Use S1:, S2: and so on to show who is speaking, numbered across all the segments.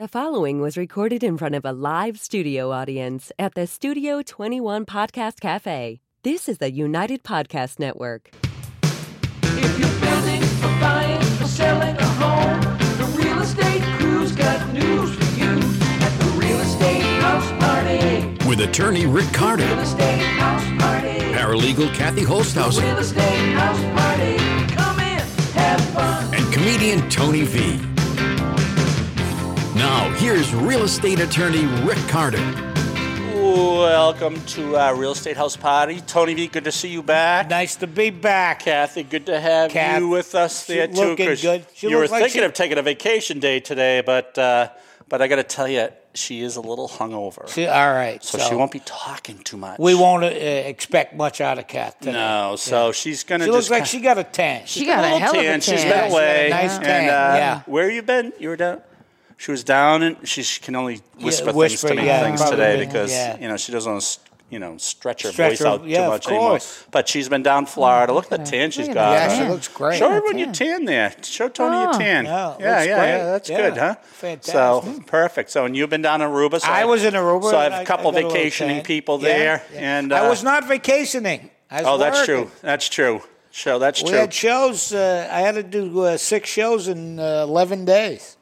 S1: The following was recorded in front of a live studio audience at the Studio 21 Podcast Cafe. This is the United Podcast Network.
S2: If you're building or buying or selling a home, the real estate crew's got news for you at the Real Estate House Party.
S3: with attorney Rick
S2: Real
S3: Carter,
S2: Estate House Party.
S3: paralegal Kathy Holsthausen,
S2: Real Estate House Party. Come in, have fun.
S3: and comedian Tony V. Now, here's real estate attorney Rick Carter.
S4: Welcome to our real estate house party. Tony V, good to see you back.
S5: Nice to be back.
S4: Kathy, good to have
S5: Kath,
S4: you with us
S5: she
S4: there too.
S5: looking
S4: 'cause
S5: good. She
S4: you were
S5: look like
S4: thinking
S5: she-
S4: of taking a vacation day today, but uh, but I got to tell you, she is a little hungover,
S5: See, all right.
S4: so, she won't be talking too much.
S5: We won't uh, expect much out of Kat today.
S4: No, so she's gonna.
S5: She
S4: just
S5: looks like
S4: kinda-
S5: she got a tan.
S6: She got a
S4: little
S6: hell of a
S4: tan.
S6: tan.
S4: She's
S5: Yeah,
S4: been
S5: she had
S4: away.
S5: a nice
S4: and,
S5: tan,
S4: uh,
S5: yeah.
S4: Where you been? You were down. She was down, and she, she can only whisper
S5: whisper,
S4: things to me
S5: yeah,
S4: things
S5: probably,
S4: today because
S5: yeah.
S4: you know she doesn't want to you know stretch her
S5: Stretch
S4: voice
S5: her-
S4: out
S5: yeah,
S4: too
S5: of
S4: much anymore.
S5: course.
S4: But she's been down Florida. Look at the
S6: at
S4: tan
S6: that.
S4: she's
S6: Look
S4: got.
S6: at that
S5: yeah, she
S6: tan.
S5: looks great.
S4: Show
S6: Look at
S4: everyone your
S6: that.
S4: tan there. Show Tony your
S6: Oh.
S4: tan.
S5: Yeah,
S4: yeah,
S5: it looks
S4: yeah, yeah.
S5: great.
S4: That's
S5: Yeah.
S4: good, huh?
S5: Fantastic. Hmm.
S4: So perfect. So and you've been down in Aruba. So
S5: I was in Aruba.
S4: So I
S5: and
S4: have a couple
S5: got little
S4: vacationing
S5: tan.
S4: people
S5: Yeah,
S4: there,
S5: yeah.
S4: and
S5: I
S4: uh,
S5: was not vacationing. I was
S4: Oh, that's
S5: working.
S4: true. That's true. So that's
S5: We
S4: true.
S5: had shows. Uh, I had to do uh, six shows in uh, eleven days.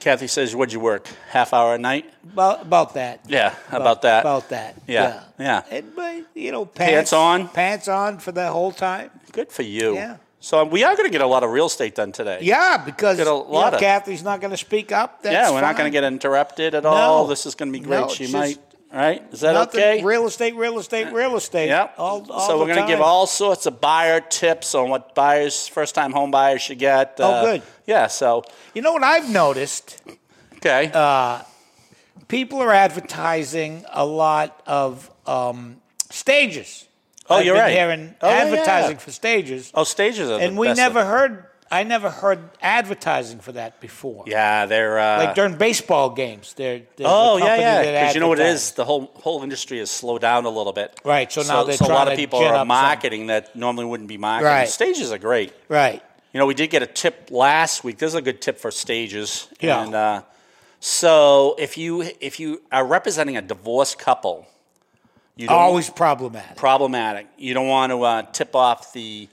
S4: Kathy says, "What'd you work? Half hour a night?"
S5: About, about that.
S4: Yeah, about that.
S5: About that.
S4: Yeah,
S5: Yeah.
S4: yeah.
S5: And, but, you know,
S4: Pants
S5: pants,
S4: on?
S5: Pants on for the whole time.
S4: Good for you.
S5: Yeah.
S4: So um, we are going to get a lot of real estate done today.
S5: Yeah, because
S4: Did a
S5: you
S4: lot
S5: know,
S4: of-
S5: Kathy's not going to speak up. That's
S4: yeah. We're not
S5: fine.
S4: going to get interrupted at all. This is going to be great.
S5: No,
S4: she
S5: it's
S4: might.
S5: just
S4: Right? Is that
S5: Nothing.
S4: okay?
S5: Real estate, real estate, real estate.
S4: Yep.
S5: All, all
S4: so
S5: the
S4: we're gonna give
S5: time.
S4: all sorts of buyer tips on what buyers, first-time home buyers, should get. uh,
S5: Oh, good.
S4: Yeah. So
S5: You know what I've noticed?
S4: okay.
S5: Uh, People are advertising a lot of um, stages.
S4: Oh,
S5: I've
S4: you're
S5: been
S4: right.
S5: Hearing
S4: Oh, yeah,
S5: advertising
S4: yeah.
S5: for stages,
S4: oh, stages are the
S5: and we
S4: best
S5: never
S4: of-
S5: heard. I never heard advertising for that before.
S4: Yeah, they're uh,
S5: Like during baseball games, they're. there's a
S4: Oh yeah,
S5: company
S4: yeah.
S5: that
S4: Because you know what it
S5: advertises.
S4: is, the whole whole industry has slowed down a little bit.
S5: Right, so now they're
S4: so a lot
S5: trying
S4: of
S5: to
S4: people
S5: gin
S4: are
S5: up some-
S4: marketing that normally wouldn't be marketing.
S5: Right.
S4: Stages are great.
S5: Right.
S4: You know, we did get a tip last week. This is a good tip for stages.
S5: Yeah.
S4: And, uh, so if you if you are representing a divorced couple, you don't
S5: Always problematic.
S4: problematic. You don't want to uh, tip off the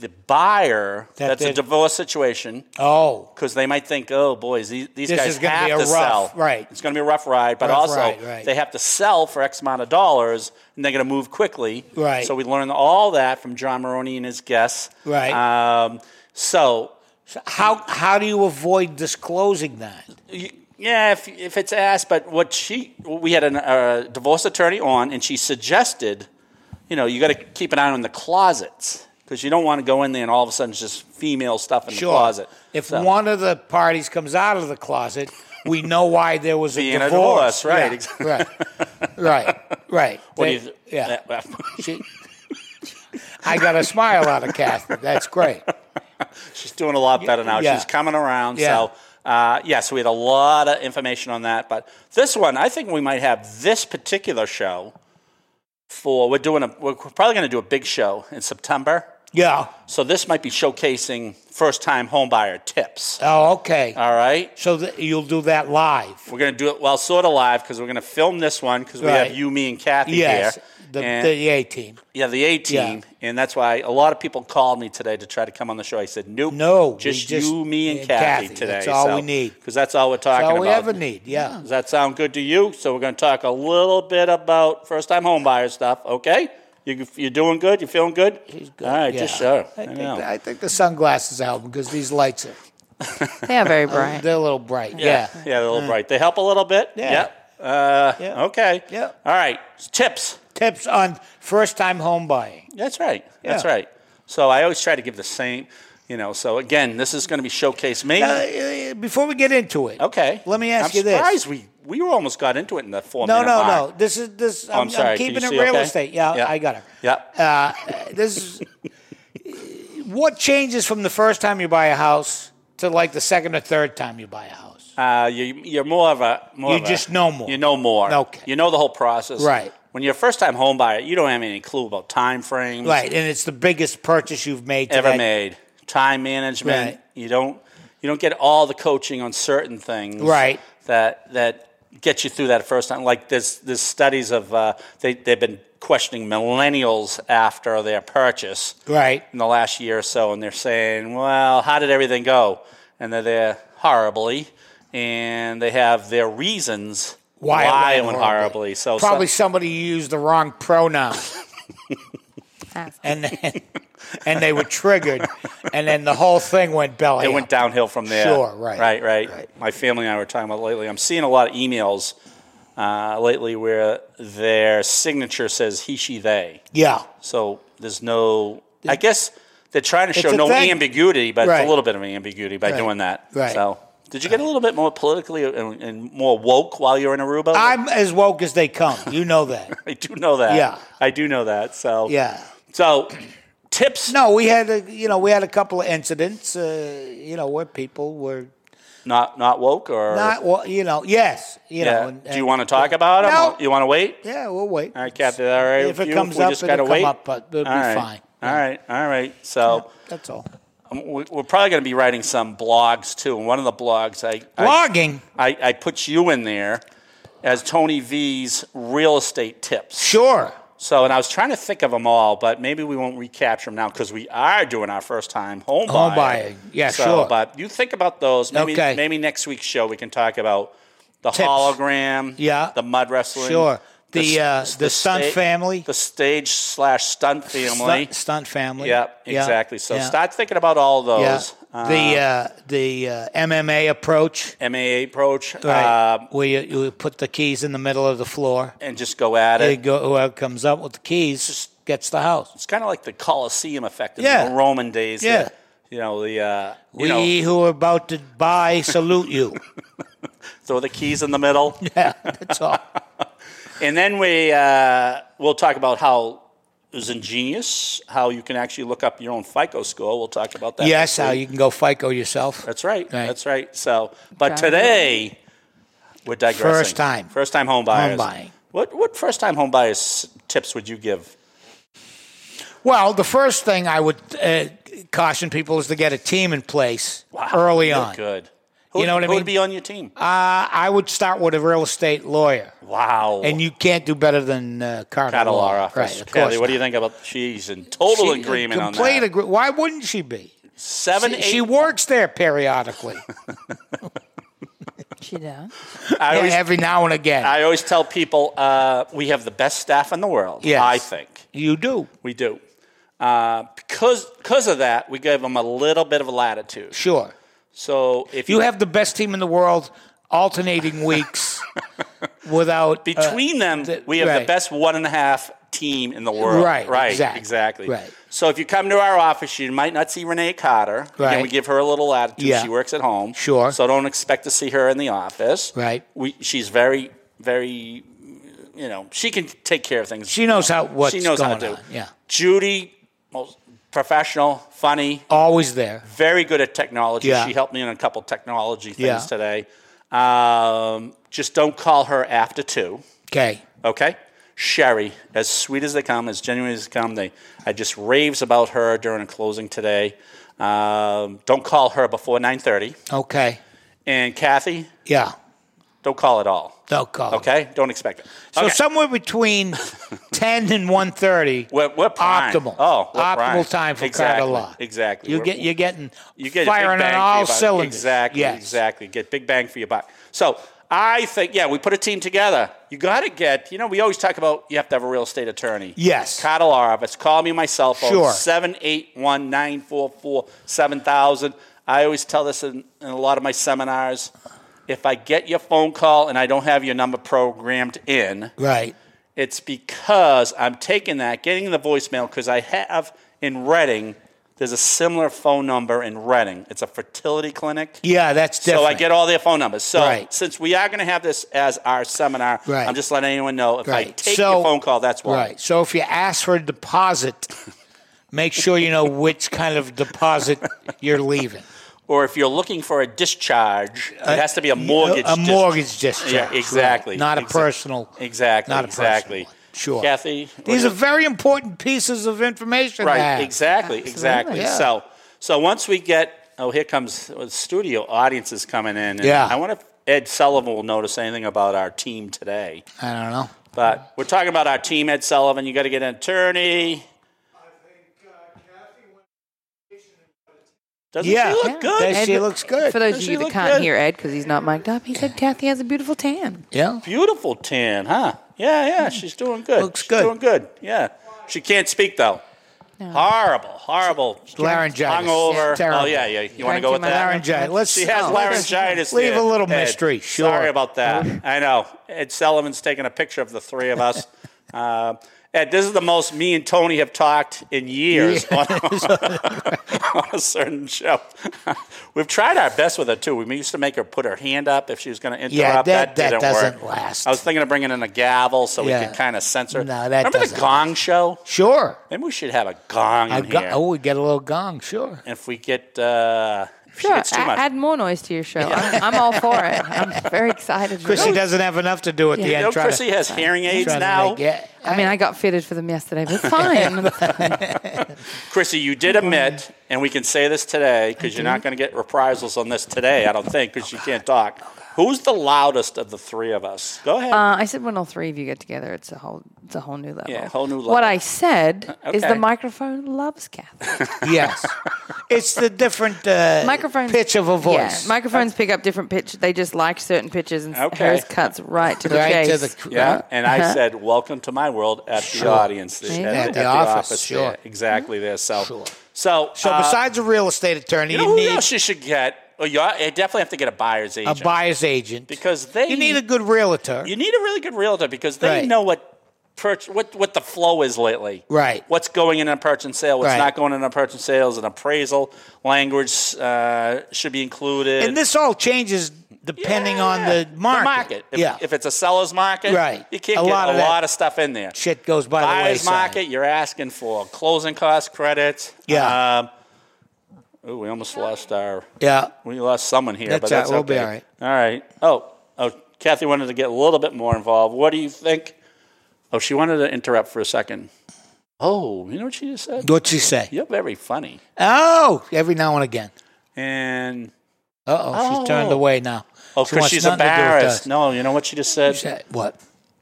S4: the buyer
S5: That
S4: that's a
S5: they're-
S4: divorce situation
S5: oh,
S4: because they might think, oh, boys, these, these
S5: This
S4: guys
S5: is gonna
S4: have
S5: be a
S4: to
S5: rough-
S4: sell.
S5: right.
S4: It's going to be a rough ride, but
S5: Rough
S4: also
S5: ride, right.
S4: they have to sell for X amount of dollars, and they're going to move quickly.
S5: Right.
S4: So we learned all that from John Maroney and his guests.
S5: Right.
S4: Um, so,
S5: how how do you avoid disclosing that?
S4: you, yeah, if, if it's asked, but what she, we had a uh, divorce attorney on, and she suggested, you know, you got to keep an eye on the closets because you don't want to go in there and all of a sudden it's just female stuff in the closet.
S5: If
S4: So-
S5: one of the parties comes out of the closet, we know why there was a
S4: Being a
S5: divorce.
S4: divorce, right,
S5: Yeah,
S4: exactly.
S5: Right. Right. Right.
S4: What do
S5: They-
S4: you? th-
S5: yeah.
S4: that-
S5: She- I got a smile out of Kathy. That's great.
S4: She's doing a lot better now.
S5: Yeah.
S4: She's coming around.
S5: Yeah.
S4: So, uh, yeah, so we had a lot of information on that. But this one, I think we might have this particular show for, we're doing a, we're probably going to do a big show in September.
S5: Yeah.
S4: So this might be showcasing first time homebuyer tips.
S5: Oh, okay.
S4: All right.
S5: so th- you'll do that live.
S4: We're going to do it, well, sort of live because we're going to film this one because we
S5: Right.
S4: have you, me, and Kathy
S5: Yes.
S4: here.
S5: The,
S4: And-
S5: the A team.
S4: Yeah, the A team, and that's why a lot of people called me today to try to come on the show. I said, "Nope,
S5: No, we
S4: just,
S5: just-
S4: you, me, and
S5: and
S4: Kathy,
S5: Kathy.
S4: today."
S5: That's all we need.
S4: because that's all we're talking
S5: That's
S4: about.
S5: all we ever need. Yeah.
S4: Does that sound good to you? So we're going to talk a little bit about first-time homebuyer stuff. Okay, you you doing good? You feeling good? All right,
S5: Yeah.
S4: just sure.
S5: I
S4: I
S5: think,
S4: know.
S5: I think the sunglasses help because these lights are
S6: They are very bright.
S5: they're a little bright.
S4: yeah,
S5: Yeah. Mm.
S4: yeah, they're a little bright. They help a little bit.
S5: Yeah.
S4: Yep. Uh,
S5: Yeah.
S4: Okay.
S5: Yeah.
S4: All right. Tips.
S5: Tips on first time home buying.
S4: That's right. That's
S5: Yeah.
S4: right. So I always try to give the same. You know. So again, this is going to be showcase me.
S5: Now, uh, before we get into it,
S4: Okay.
S5: Let me ask
S4: I'm
S5: you this.
S4: surprised we we almost got into it in the four
S5: No,
S4: minute
S5: no,
S4: mark. Oh,
S5: no. This is this.
S4: I'm
S5: I'm,
S4: sorry. Can
S5: I'm keeping
S4: you
S5: it
S4: see
S5: real
S4: okay?
S5: estate. Yeah,
S4: Yeah.
S5: I got her.
S4: Yep.
S5: Uh, this is what changes from the first time you buy a house to like the second or third time you buy a house.
S4: Uh, you, you're more of a more.
S5: You
S4: of a-
S5: just know more.
S4: You know more.
S5: Okay.
S4: You know the whole process.
S5: Right.
S4: When you're a first time home buyer, you don't have any clue about time frames.
S5: Right, and it's the biggest purchase you've made to
S4: Ever
S5: that-
S4: made time management.
S5: Right.
S4: You don't you don't get all the coaching on certain things.
S5: Right.
S4: that that get you through that first time. Like there's there's studies of uh, they they've been questioning millennials after their purchase
S5: Right.
S4: in the last year or so, and they're saying, well, how did everything go? And they're there horribly, and they have their reasons
S5: Why,
S4: it went horribly. So
S5: probably
S4: so-
S5: somebody used the wrong pronoun, and then, and they were triggered, and then the whole thing went belly.
S4: it went
S5: up.
S4: downhill from there.
S5: Sure, right,
S4: Right, right.
S5: right.
S4: My family and I were talking about lately. I'm seeing a lot of emails uh, lately where their signature says he, she, they.
S5: Yeah,
S4: So there's no, I guess they're trying to show
S5: a
S4: no
S5: thing.
S4: ambiguity, but it's
S5: Right.
S4: a little bit of ambiguity by
S5: Right.
S4: doing that.
S5: Right.
S4: So did you get a little bit more politically and, and more woke while you were in Aruba?
S5: I'm as woke as they come. You know that.
S4: I do know that.
S5: Yeah.
S4: I do know that. So
S5: Yeah.
S4: So tips
S5: No, we had a you know we had a couple of incidents, uh, you know, where people were
S4: not not woke or
S5: not well, you know, yes, you
S4: yeah.
S5: know. and-
S4: do you
S5: and-
S4: want to talk about them?
S5: No.
S4: or You want to wait?
S5: Yeah, we'll wait.
S4: All right, Kathy. All right.
S5: If it
S4: you,
S5: comes
S4: we
S5: up,
S4: just
S5: it'll
S4: gotta
S5: come
S4: wait?
S5: up, but it'll be
S4: All right.
S5: fine.
S4: All right. All right. So
S5: That's all.
S4: um, we- we're probably going to be writing some blogs too. And one of the blogs I I-
S5: Blogging.
S4: I, I put you in there as Tony V's real estate tips.
S5: Sure.
S4: So, and I was trying to think of them all, but maybe we won't recapture them now because we are doing our first time home buyer.
S5: Home buying. Yeah,
S4: so,
S5: sure.
S4: But you think about those. Maybe,
S5: Okay.
S4: maybe next week's show we can talk about the
S5: Tips.
S4: hologram,
S5: Yeah.
S4: the mud wrestling,
S5: Sure. The, uh,
S4: s-
S5: the stunt family.
S4: the stage slash stunt family.
S5: Stunt, stunt family.
S4: Yep,
S5: Yeah,
S4: exactly. So
S5: yeah,
S4: start thinking about all
S5: yeah.
S4: those.
S5: the uh, the uh, MMA approach,
S4: Uh, MAA approach, uh,
S5: where you, you put the keys in the middle of the floor.
S4: and just go at
S5: They
S4: it.
S5: go, whoever comes up with the keys gets the house.
S4: It's kind of like the Colosseum effect in
S5: Yeah.
S4: the Roman days.
S5: Yeah.
S4: that, you know the uh, you
S5: we
S4: know
S5: who are about to buy salute you.
S4: throw the keys in the middle,
S5: yeah, that's all.
S4: and then we uh, we'll talk about how it was ingenious, how you can actually look up your own FICO score. We'll talk about that.
S5: yes,
S4: next
S5: how
S4: week.
S5: you can go FICO yourself.
S4: That's right.
S5: Right.
S4: That's right. So, but
S6: Okay.
S4: today we're digressing.
S5: First time.
S4: First time home buyers.
S5: buying.
S4: What what first time home buyers tips would you give?
S5: Well, the first thing I would uh, caution people is to get a team in place early
S4: you're
S5: on.
S4: Good. Who,
S5: You know what I
S4: Who
S5: mean?
S4: would be on your team?
S5: Uh, I would start with a real estate lawyer,
S4: wow.
S5: and you can't do better than uh, Carter Law.
S4: Catalar office.
S5: Right, of
S4: Kathy,
S5: course.
S4: what do you think about? She's in total
S5: She-
S4: agreement on
S5: complete
S4: that.
S5: agree- Why wouldn't she be?
S4: Seven, eight.
S5: She works there periodically,
S6: She does.
S4: I
S5: and
S4: always,
S5: e-, every now and again.
S4: I always tell people uh, we have the best staff in the world.
S5: Yes.
S4: I think
S5: you do,
S4: we do. Uh, because because of that, we gave them a little bit of latitude.
S5: sure.
S4: So if
S5: You have the best team in the world, alternating weeks without uh,
S4: between them,
S5: th-
S4: we have
S5: right.
S4: the best one and a half team in the world.
S5: Right,
S4: Right.
S5: exactly,
S4: Exactly.
S5: right.
S4: So if you come to our office, you might not see Renee Cotter.
S5: Right.
S4: Again, we give her a little latitude.
S5: Yeah.
S4: She works at home.
S5: Sure.
S4: So don't expect to see her in the office.
S5: Right.
S4: We, she's very, very, you know, she can take care of things.
S5: She knows how what's
S4: she knows
S5: going
S4: how to do.
S5: on. Yeah,
S4: Judy, most professional, funny,
S5: always there.
S4: very good at technology.
S5: Yeah.
S4: She helped me in a couple technology things
S5: Yeah.
S4: today. Um, just don't call her after two.
S5: Okay.
S4: Okay? Sherry, as sweet as they come, as genuine as they come, they I just raves about her during a closing today. Um, don't call her before nine thirty.
S5: Okay.
S4: And Kathy,
S5: Yeah.
S4: don't call at all.
S5: They'll call.
S4: Okay? Don't expect it.
S5: So
S4: Okay.
S5: somewhere between ten and one thirty.
S4: we're, we're prime.
S5: optimal.
S4: Oh, we're
S5: optimal
S4: prime.
S5: time for
S4: exactly.
S5: Carter Law.
S4: Exactly.
S5: You
S4: We're-
S5: get you're getting
S4: you get a big
S5: firing on
S4: bang for
S5: all
S4: your buck.
S5: cylinders.
S4: Exactly,
S5: Yes.
S4: exactly. Get big bang for your buck. So I think, yeah, we put a team together. You got to get, you know, we always talk about you have to have a real estate attorney.
S5: Yes.
S4: Cattle our office. Call me my cell phone.
S5: Sure.
S4: 781 944 7000. I always tell this in, in a lot of my seminars. If I get your phone call and I don't have your number programmed in,
S5: Right.
S4: it's because I'm taking that, getting the voicemail, because I have in Reading, there's a similar phone number in Reading. It's a fertility clinic.
S5: Yeah, that's
S4: So
S5: different.
S4: I get all their phone numbers. So
S5: Right.
S4: since we are going to have this as our seminar,
S5: Right.
S4: I'm just letting anyone know if I
S5: Right.
S4: take
S5: So-
S4: your phone call, that's why.
S5: Right. So if you ask for a deposit, make sure you know which kind of deposit you're leaving.
S4: Or if you're looking for a discharge, it has to be a mortgage.
S5: Uh, a, a
S4: dis-
S5: mortgage discharge.
S4: Yeah, exactly.
S5: right. Not a
S4: Exa-
S5: personal.
S4: Exactly.
S5: Not a personal
S4: exactly.
S5: one. Sure.
S4: Kathy, what
S5: These
S4: do
S5: are
S4: you-
S5: very important pieces of information. to
S4: Right,
S5: have.
S4: exactly, exactly.
S5: Yeah.
S4: So, so once we get oh, here comes oh, the studio audiences coming in. And
S5: Yeah.
S4: I want to Ed Sullivan will notice anything about our team today.
S5: I don't know.
S4: But we're talking about our team, Ed Sullivan. You got to get an attorney. Doesn't
S5: Yeah.
S4: she look
S5: Yeah.
S4: good?
S5: Does she looks good.
S6: For those
S4: Does
S6: of
S4: she
S6: you that
S4: look
S6: can't
S4: good?
S6: hear Ed because he's not mic'd up, he said Kathy has a beautiful tan.
S5: yeah.
S4: Beautiful tan, huh? Yeah, yeah. She's doing good.
S5: Mm. Looks
S4: she's
S5: good.
S4: Doing good. Yeah. She can't speak though. Horrible, horrible.
S5: Laryngitis.
S4: Hungover.
S5: Terrible.
S4: Oh yeah, yeah. You want to
S6: Drank
S4: go
S6: too
S4: with
S6: much
S4: that?
S5: Laryngitis. Let's,
S4: She has
S5: no, let's
S4: laryngitis.
S5: Oh. Leave
S4: there,
S5: a little
S4: Ed.
S5: mystery. Sure.
S4: Sorry about that. I know. Ed Sullivan's taking a picture of the three of us. uh, Ed, this is the most me and Tony have talked in years on, on a certain show. We've tried our best with her too. We used to make her put her hand up if she was going to interrupt.
S5: Yeah, that- that
S4: didn't
S5: doesn't
S4: work.
S5: last.
S4: I was thinking of bringing in a gavel so we
S5: Yeah.
S4: could kind of censor.
S5: No, that
S4: Remember
S5: doesn't
S4: the Gong Show?
S5: Sure.
S4: Maybe we should have a gong
S5: I
S4: in
S5: got,
S4: here.
S5: oh, we get a little gong. Sure.
S4: If we get, uh, if she
S6: Sure,
S4: gets too
S6: a-
S4: much.
S6: add more noise to your show. I'm, I'm all for it. I'm very excited.
S5: Chrissy doesn't have enough to do at the
S6: Yeah.
S5: end.
S4: no,
S5: trying to-
S4: Chrissy has hearing aids
S5: trying to
S4: now.
S5: make- yeah.
S6: I mean, I got fitted for them yesterday, but fine.
S4: Chrissy, you did admit,
S5: Mm-hmm.
S4: and we can say this today because you're not going to get reprisals on this today, I don't think, because you can't talk. Who's the loudest of the three of us? Go ahead.
S6: Uh, I said when all three of you get together, it's a whole, it's a whole new level.
S4: Yeah, whole new
S6: What
S4: level.
S6: I said is
S4: okay.
S6: the microphone loves Kathy.
S5: Yes. it's the different uh,
S6: Microphones
S5: pitch of a voice.
S6: Yeah, microphones pick up different pitch. They just like certain pitches, and
S4: Okay.
S6: hers cuts right to the
S5: Right to
S6: chase.
S5: the cr-
S4: yeah, and I said, "Welcome to my world" at the audience,
S6: There you
S4: at,
S6: go.
S5: At the office,
S4: there.
S5: sure.
S4: exactly there. So,
S5: Sure.
S4: so,
S5: So
S4: uh,
S5: besides a real estate attorney,
S4: you
S5: you,
S4: know who
S5: need
S4: else you should get? Oh, you ought- you definitely have to get a buyer's
S5: a
S4: agent
S5: buyer's agent.
S4: because they
S5: you need a good realtor.
S4: You need a really good realtor because they
S5: Right.
S4: know what perch, what what the flow is lately.
S5: Right.
S4: What's going in a purchase and sale? What's
S5: Right.
S4: not going in a purchase and sale? Is an appraisal language uh, should be included.
S5: and this all changes depending on
S4: Yeah,
S5: the market.
S4: If,
S5: yeah.
S4: if it's a seller's market,
S5: Right.
S4: you can't
S5: A
S4: get
S5: lot
S4: a
S5: of that
S4: lot of stuff in there.
S5: shit goes by the
S4: Buyer's
S5: wayside.
S4: market, you're asking for closing cost credits.
S5: Yeah.
S4: Um, ooh, we almost lost our.
S5: yeah.
S4: We lost someone here,
S5: That's
S4: but that's
S5: all right.
S4: okay.
S5: We'll be all right.
S4: All right. Oh, oh, Kathy wanted to get a little bit more involved. What do you think? Oh, she wanted to interrupt for a second. Oh, you know what she just said?
S5: What'd she say?
S4: You're very funny.
S5: Oh, every now and again.
S4: And
S5: Uh oh, she's turned
S4: Oh.
S5: away now.
S4: oh,
S5: She
S4: because
S5: wants
S4: she's
S5: nothing to do with
S4: embarrassed.
S5: us.
S4: No, you know what she just said?
S5: She said, What?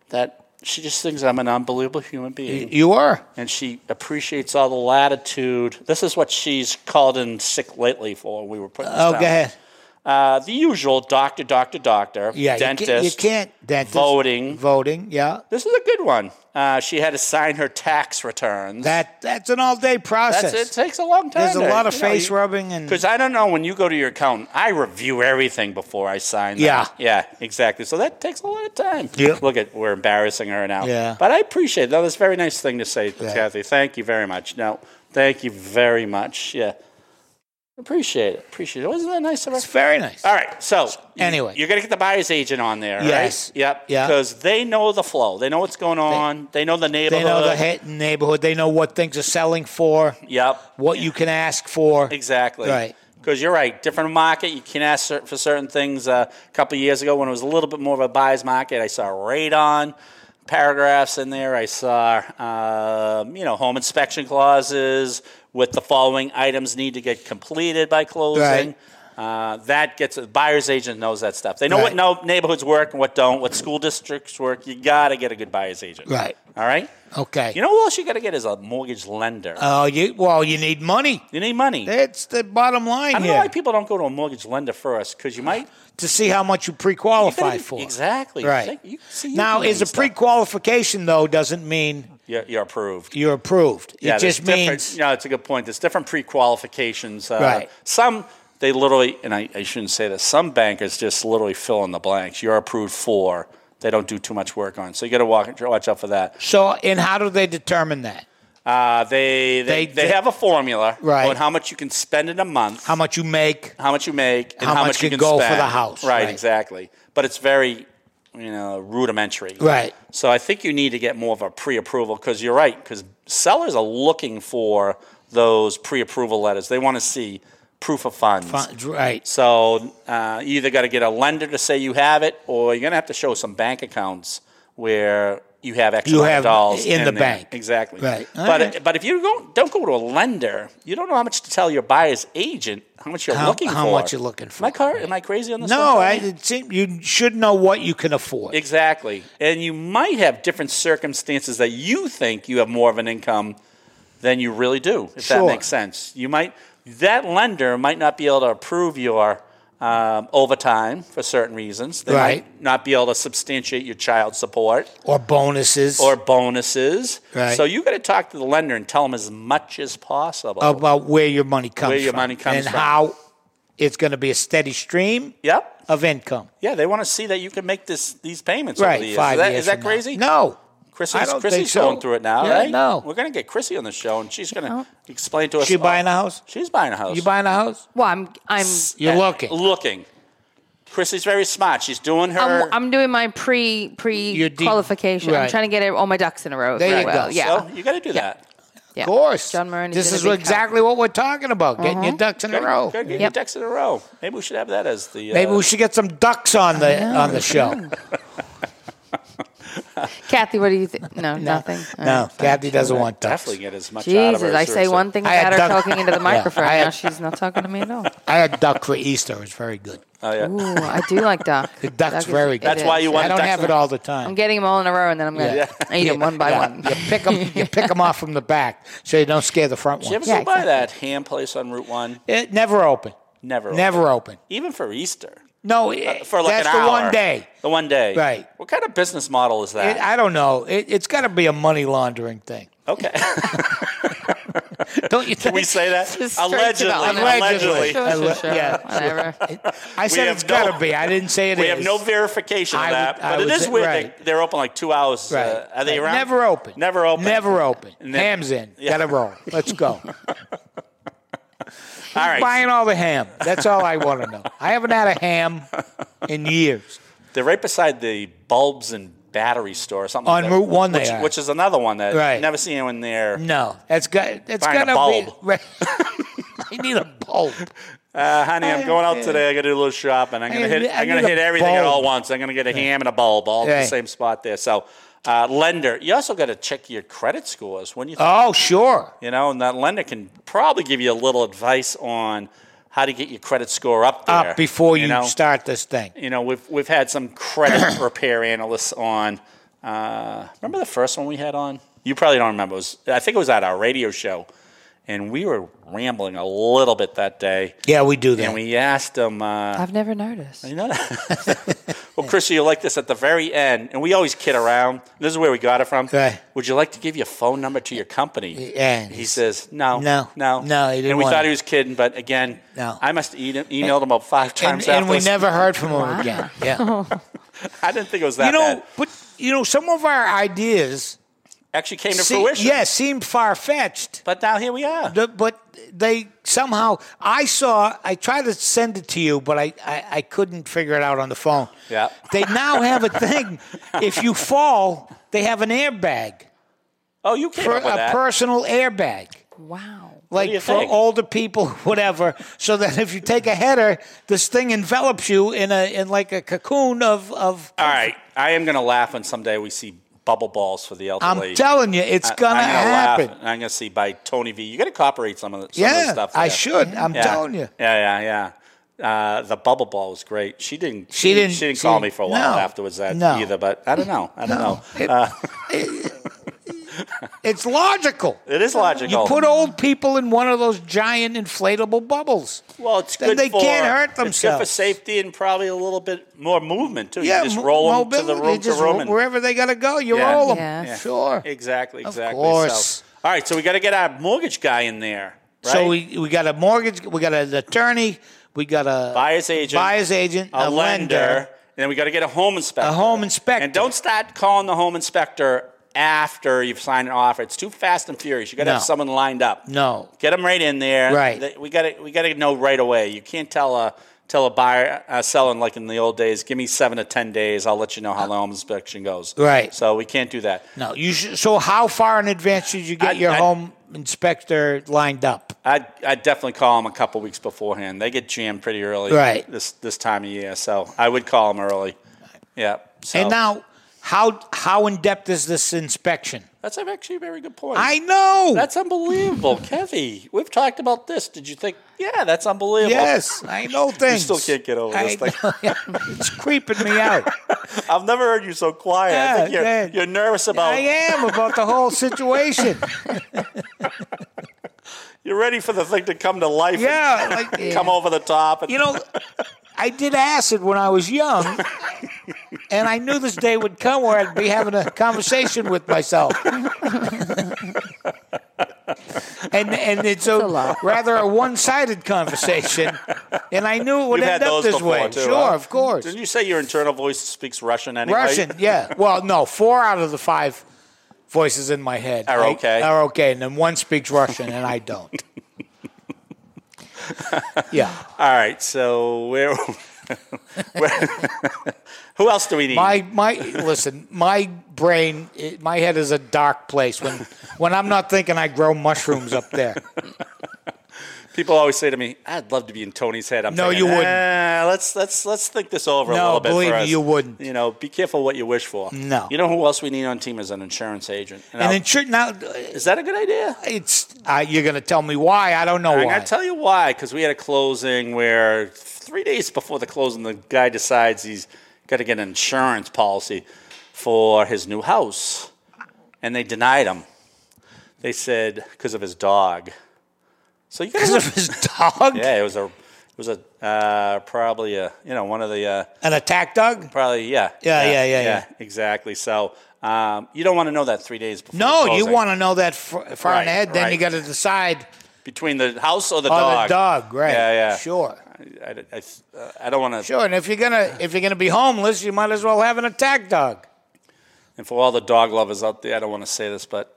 S4: that she just thinks I'm an unbelievable human being,
S5: You are?
S4: and she appreciates all the latitude. This is what she's called in sick lately for. We were putting. This
S5: Oh,
S4: down.
S5: go ahead.
S4: Uh, the usual doctor, doctor, doctor.
S5: Yeah, you can't-
S4: dentist.
S5: You can't, dentist.
S4: voting.
S5: Voting, yeah.
S4: This is a good one. Uh, she had to sign her tax returns.
S5: That that's an all day process.
S4: That's, it takes a long time.
S5: There's a
S4: to-
S5: lot of
S4: you know,
S5: face
S4: you-
S5: rubbing and
S4: Because I don't know when you go to your accountant, I review everything before I sign. them.
S5: Yeah.
S4: yeah, exactly. So that takes a lot of time.
S5: Yeah.
S4: Look at we're embarrassing her now.
S5: Yeah.
S4: but I appreciate it. that. That's a very nice thing to say,
S5: Yeah.
S4: Kathy. Thank you very much. No, thank you very much. Yeah, appreciate it. Appreciate it. Wasn't that nice of her?
S5: it's very nice.
S4: All right. So
S5: Anyway.
S4: you, are going to get the buyer's agent on there,
S5: Yes.
S4: right? Yep.
S5: Yeah.
S4: Because they know the flow. They know what's going on. They, know the
S5: They
S4: neighborhood.
S5: know the hit neighborhood. They know what things are selling for,
S4: Yep.
S5: what you can ask for.
S4: Exactly.
S5: Right.
S4: Because you're right, different market. You can ask cer- for certain things. Uh, a couple of years ago, when it was a little bit more of a buyer's market, I saw radon paragraphs in there. I saw, um, you know, home inspection clauses with the following items need to get completed by closing. Uh, that gets a buyer's agent knows that stuff. They know
S5: Right.
S4: what no neighborhoods work and what don't, what school districts work. You got to get a good buyer's agent.
S5: Right.
S4: All right.
S5: Okay.
S4: You know who else you got to get is a mortgage lender.
S5: Oh, you well, you need money.
S4: you need money.
S5: That's the bottom line
S4: I don't
S5: here
S4: know why people don't go to a mortgage lender first because you might
S5: to see how much you pre-qualify
S4: you
S5: Oh, for.
S4: exactly
S5: Right.
S4: You, see, you
S5: Now,
S4: can
S5: is a
S4: stuff.
S5: pre-qualification though doesn't mean
S4: You're, you're approved.
S5: you're approved.
S4: Yeah,
S5: it
S4: there's
S5: just
S4: different-
S5: means
S4: No, it's a good point. There's different pre-qualifications. Uh,
S5: Right.
S4: Some they literally, and I, I shouldn't say this. Some bankers just literally fill in the blanks. You're approved for. They don't do too much work on. So you got to watch, watch out for that.
S5: so. And how do they determine that?
S4: Uh, they, they,
S5: They-
S4: they have a formula
S5: Right.
S4: on how much you can spend in a month.
S5: How much you make?
S4: how much you make and
S5: How
S4: how,
S5: much
S4: you
S5: can
S4: can
S5: go for
S4: spend.
S5: the house,
S4: Right,
S5: right.
S4: exactly. But it's very, you know, rudimentary.
S5: Right.
S4: So I think you need to get more of a pre-approval because you're right. Because sellers are looking for those pre-approval letters. They want to see proof of funds.
S5: Fine, Right.
S4: So uh, you either got to get a lender to say you have it, or you're going to have to show some bank accounts where you have X
S5: You
S4: amount
S5: have
S4: of dollars
S5: in the
S4: there.
S5: bank.
S4: Exactly.
S5: Right. All
S4: But
S5: right.
S4: but if you don't don't go to a lender, you don't know how much to tell your buyer's agent how much you're
S5: How-
S4: looking
S5: how
S4: for.
S5: much you're looking for.
S4: Am I, car- am I crazy on this?
S5: No,
S4: one,
S5: I,
S4: Tony?
S5: it seem- you should know what you can afford.
S4: Exactly. And you might have different circumstances that you think you have more of an income than you really do, if that
S5: Sure.
S4: makes sense. You might that lender might not be able to approve your um, overtime for certain reasons. They
S5: Right.
S4: might not be able to substantiate your child support
S5: or bonuses.
S4: or bonuses.
S5: Right.
S4: So you got to talk to the lender and tell them as much as possible.
S5: about where your money comes
S4: Where your
S5: from
S4: money comes
S5: and
S4: from.
S5: how it's going to be a steady stream
S4: yep.
S5: of income.
S4: Yeah, they want to see that you can make this these payments over
S5: Right,
S4: the years.
S5: five
S4: is that,
S5: years
S4: is that
S5: from now.
S4: crazy?
S5: No,
S4: Chrissy's,
S5: I don't
S4: Chrissy's
S5: think so.
S4: going through it now,
S5: Yeah,
S4: right?
S5: no.
S4: We're going to get Chrissy on the show, and she's going to
S6: Oh.
S4: explain to us.
S5: She buying a house?
S4: She's buying a house.
S5: you buying a house?
S6: Well, I'm I'm
S5: You're
S4: Yeah,
S5: looking.
S4: Looking. Chrissy's very smart. She's doing her.
S6: I'm, I'm doing my pre pre
S5: Your deed-
S6: qualification. I'm
S5: right.
S6: trying to get all my ducks in a row. if
S5: There
S6: you
S5: you
S6: will.
S5: go.
S6: Yeah.
S4: So you got to do that.
S6: yeah.
S5: Of course.
S6: John Maroney's
S5: This
S6: in a
S5: is
S6: big Uh-huh.
S5: what-
S6: house.
S5: exactly what we're talking about. Getting your ducks in a row.
S4: Got to get your ducks in a row. Maybe we should have that as the. Uh,
S5: Maybe we should get some ducks on the on the show.
S6: Kathy, what do you think? No, nothing. All
S5: No,
S6: right.
S5: Kathy doesn't want ducks.
S4: definitely get as much out of her.
S6: Jesus,
S4: as
S6: I say
S4: her-
S6: one thing
S5: I had
S6: about her
S5: duck-
S6: talking into the
S5: Yeah,
S6: microphone.
S5: I
S6: now
S5: had-
S6: she's not talking to me at all.
S5: I had duck for Easter. It was very good.
S4: Oh, yeah.
S6: Ooh, I do like duck.
S5: The duck's
S6: Duck is-
S5: very
S6: it
S5: good.
S4: That's why
S6: is.
S4: you want
S5: I don't
S4: ducks
S5: have
S4: in
S5: it
S4: a-
S5: all the time.
S6: I'm getting them all in a row, and then I'm gonna
S5: Yeah.
S6: eat them one by
S5: Yeah.
S6: one.
S5: You pick them. You pick 'em off from the back so you don't scare the front
S4: Did you
S5: one.
S4: ever
S6: Yeah,
S4: go by that ham place on Route One?
S5: It never open.
S4: Never.
S5: Never open.
S4: Even for Easter.
S5: No, it,
S4: For like
S5: that's
S4: an
S5: the
S4: hour.
S5: one day.
S4: The one day.
S5: Right.
S4: What kind of business model is that?
S5: It, I don't know. It, it's got to be a money laundering thing,
S4: okay.
S5: don't you think?
S4: Can we say that?
S6: Just straight to
S4: Allegedly.
S6: the honest.
S5: Allegedly.
S6: Sure, sure, sure.
S5: Yeah.
S6: Whatever.
S5: I said
S4: have
S5: it's
S4: no-
S5: got to be. I didn't say it
S4: We
S5: is.
S4: have no verification of
S5: I
S4: that,
S5: would- I
S4: but it
S5: would
S4: is
S5: say-
S4: weird.
S5: right.
S4: They, they're open like two hours.
S5: Right.
S4: Uh, are they
S5: Right.
S4: around?
S5: Never open.
S4: Never open.
S5: Never open.
S4: Ne-
S5: Ham's in. Got to roll. Let's go.
S4: All right.
S5: Buying all the ham. That's all I want to know. I haven't had a ham in years.
S4: They're right beside the bulbs and battery store or something.
S5: On
S4: like that,
S5: Route 1 they
S4: which,
S5: are.
S4: which is another one that
S5: Right.
S4: never see anyone there.
S5: No, that's got. That's
S4: Buying
S5: got
S4: a
S5: to
S4: bulb.
S5: be. Right. I need a bulb.
S4: Uh, honey, I'm going out today. I got to do a little shopping. I'm gonna
S5: I-
S4: hit.
S5: I
S4: I'm gonna
S5: need a
S4: hit everything at
S5: bulb.
S4: all once. I'm gonna get a ham and a bulb all in
S5: Right.
S4: the same spot there. So, uh, lender, you also got to check your credit scores when you
S5: Oh, sure.
S4: you know, and that lender can probably give you a little advice on how to get your credit score up there
S5: Up before you,
S4: know?
S5: start this thing.
S4: You know, we've we've had some credit repair analysts on. Uh, remember the first one we had on? You probably don't remember. It was I think it was at our radio show, and we were rambling a little bit that day,
S5: Yeah, we do that.
S4: and we asked them. Uh,
S6: I've never noticed.
S4: you know that? well, Chris, you like this at the very end, and we always kid around. This is where we got it from.
S5: Okay.
S4: Would you like to give your phone number to your company?
S5: Yeah.
S4: he says no,
S5: No.
S4: no,
S5: No, he didn't
S4: and we
S5: want
S4: thought
S5: it.
S4: he was kidding, but again,
S5: No.
S4: I must have e- emailed him about five
S5: and,
S4: times.
S5: and we
S4: afterwards.
S5: never heard from him again. Yeah.
S4: I didn't think it was that
S5: you know,
S4: bad.
S5: but you know, some of our ideas,
S4: Actually, came to
S5: se-
S4: fruition.
S5: yeah, seemed far fetched.
S4: but now here we are.
S5: The- but they somehow I saw I tried to send it to you, but I, I, I couldn't figure it out on the phone.
S4: Yeah.
S5: They now have a thing. if you fall, they have an airbag.
S4: oh, you came
S5: Per,
S4: up with
S5: a
S4: that.
S5: personal airbag.
S6: Wow.
S5: Like
S4: do you
S5: for
S4: think?
S5: older people, whatever, so that if you take a header, this thing envelops you in a in like a cocoon of of.
S4: All right, I am going to laugh when someday we see bubble balls for the
S5: I'm
S4: elderly.
S5: telling you, it's gonna
S4: I, am gonna
S5: happen.
S4: Laugh, and I'm going to see by Tony V. You got to cooperate some of the, some of the
S5: yeah,
S4: stuff.
S5: I
S4: there.
S5: should. I'm
S4: Yeah.
S5: telling you.
S4: Yeah, yeah, yeah. Uh, the bubble ball was great. She didn't.
S5: She didn't-
S4: She didn't
S5: she
S4: call
S5: didn't-
S4: me for a while
S5: no,
S4: afterwards that
S5: no.
S4: either. But I don't know. I don't know. Uh,
S5: It's logical.
S4: it is logical.
S5: Put old people in one of those giant inflatable bubbles.
S4: well, it's
S5: then
S4: good
S5: they
S4: for,
S5: can't hurt
S4: It's good for
S5: themselves.
S4: safety and probably a little bit more movement too.
S5: yeah,
S4: you just
S5: mo-
S4: roll 'em
S5: mobility.
S4: to the room
S5: You just
S4: to room.
S5: ro-
S4: and-
S5: wherever they got to go, you
S4: Yeah.
S5: roll them.
S6: Yeah. Yeah.
S5: Sure.
S4: exactly. Exactly.
S5: course.
S4: So, all right. So we got to get our mortgage guy in there. Right?
S5: So we, we got a mortgage, we got an attorney, we got a
S4: buyer's agent,
S5: buyer's agent,
S4: a,
S5: a
S4: lender,
S5: lender.
S4: and then we got to get a home inspector.
S5: A home inspector.
S4: And don't start calling the home inspector after you've signed an offer. It's too fast and furious. You got to
S5: No.
S4: have someone lined up.
S5: No.
S4: Get them right in there.
S5: Right.
S4: They- We got to we got to know right away. You can't tell a tell a buyer uh, selling like in the old days. Give me seven to ten days. I'll let you know how the home inspection goes.
S5: Right.
S4: So we can't do that.
S5: No, you should, so how far in advance should you get
S4: I-
S5: your
S4: I-
S5: home inspector lined up?
S4: I'd, I'd definitely call them a couple weeks beforehand. They get jammed pretty early
S5: Right.
S4: this this time of year, so I would call them early. Yeah. So.
S5: And now, How how in depth is this inspection?
S4: That's actually a very good point.
S5: I know.
S4: That's unbelievable, Kevy. We've talked about this. Did you think? Yeah, that's unbelievable.
S5: yes. I know
S4: You
S5: things.
S4: still can't get over
S5: I
S4: this thing.
S5: know. it's creeping me out.
S4: I've never heard you so quiet. I
S5: Yeah,
S4: think you're,
S5: man.
S4: you're nervous about.
S5: I am about the whole situation.
S4: You're ready for the thing to come to life. and
S5: Yeah, like
S4: come over the top. And,
S5: you know, I did acid when I was young, and I knew this day would come where I'd be having a conversation with myself. and and it's a,
S6: a lot.
S5: rather a one-sided conversation, and I knew it would
S4: You've had
S5: end up
S4: those
S5: this
S4: before
S5: way.
S4: too.
S5: sure,
S4: huh?
S5: of course.
S4: Didn't you say your internal voice speaks Russian anyway?
S5: Russian, yeah. Well, no, four out of the five voices in my head
S4: Are
S5: I-
S4: okay.
S5: Are okay, and then one speaks Russian, and I don't. yeah.
S4: All right. So where? where- who else do we need?
S5: My my listen, my brain, it- my head is a dark place when when I'm not thinking. I grow mushrooms up there.
S4: People always say to me, "I'd love to be in Tony's head." I'm
S5: No,
S4: thinking,
S5: you wouldn't.
S4: "Ah, let's let's let's think this over a
S5: No,
S4: little bit.
S5: believe
S4: for
S5: me,
S4: us."
S5: you wouldn't.
S4: You know, be careful what you wish for.
S5: No.
S4: You know who else we need on team is an insurance agent. And
S5: And
S4: I'll-
S5: then sure, now
S4: is that a good idea?
S5: it's uh, you're going to tell me why. I don't know
S4: I'm
S5: why.
S4: gonna tell you why. Because we had a closing where three days before the closing, the guy decides he's got to get an insurance policy for his new house, and they denied him. They said because of his dog. So you guys
S5: because of his dog,
S4: Yeah, it was a, it was a uh, probably a you know one of the uh,
S5: an attack dog.
S4: probably yeah
S5: Yeah, yeah, yeah, yeah.
S4: exactly. So um, you don't want to know that three days before.
S5: No,
S4: the
S5: you
S4: closing.
S5: want to know that f- far
S4: Right,
S5: ahead. Then you
S4: right.
S5: got to decide
S4: between the house or the
S5: on
S4: dog.
S5: the dog, right?
S4: Yeah, yeah.
S5: Sure,
S4: I, I, I, uh, I don't want to.
S5: sure. And if you're gonna if you're gonna be homeless, you might as well have an attack dog.
S4: And for all the dog lovers out there, I don't want to say this, but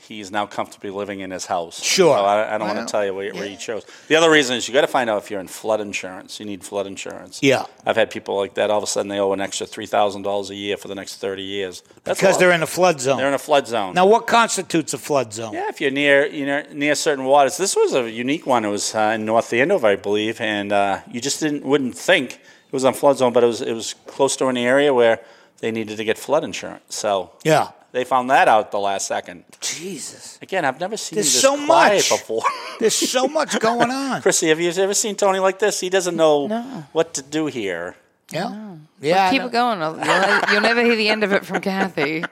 S4: he's now comfortably living in his house.
S5: Sure.
S4: So I, I don't
S5: Well,
S4: want to tell you where, where he chose. The other reason is you got to find out if you're in flood insurance. You need flood insurance.
S5: Yeah.
S4: I've had people like that. All of a sudden, they owe an extra three thousand dollars a year for the next thirty years. That's
S5: Because
S4: a lot.
S5: they're in a flood zone.
S4: they're in a flood zone.
S5: now, what constitutes a flood zone?
S4: Yeah, if you're near you know near certain waters, this was a unique one. It was uh, in North Andover, I believe, and uh, you just didn't wouldn't think it was on flood zone, but it was it was close to an area where they needed to get flood insurance. So
S5: Yeah.
S4: they found that out the last second.
S5: Jesus.
S4: Again, I've never seen
S5: There's
S4: you this
S5: so
S4: quiet
S5: much.
S4: before.
S5: There's so much going on.
S4: Chrissy, have you ever seen Tony like this? He doesn't know
S6: No.
S4: what to do here.
S5: Yeah. Yeah. I
S6: Keep
S5: know.
S6: it going. You'll, ne- you'll never hear the end of it from Kathy.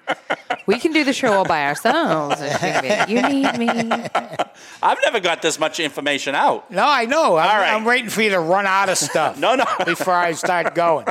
S6: We can do the show all by ourselves. And she's gonna be like, you need me.
S4: I've never got this much information out.
S5: No, I know. I'm,
S4: All right.
S5: I'm waiting for you to run out of stuff.
S4: No, no.
S5: Before I start going.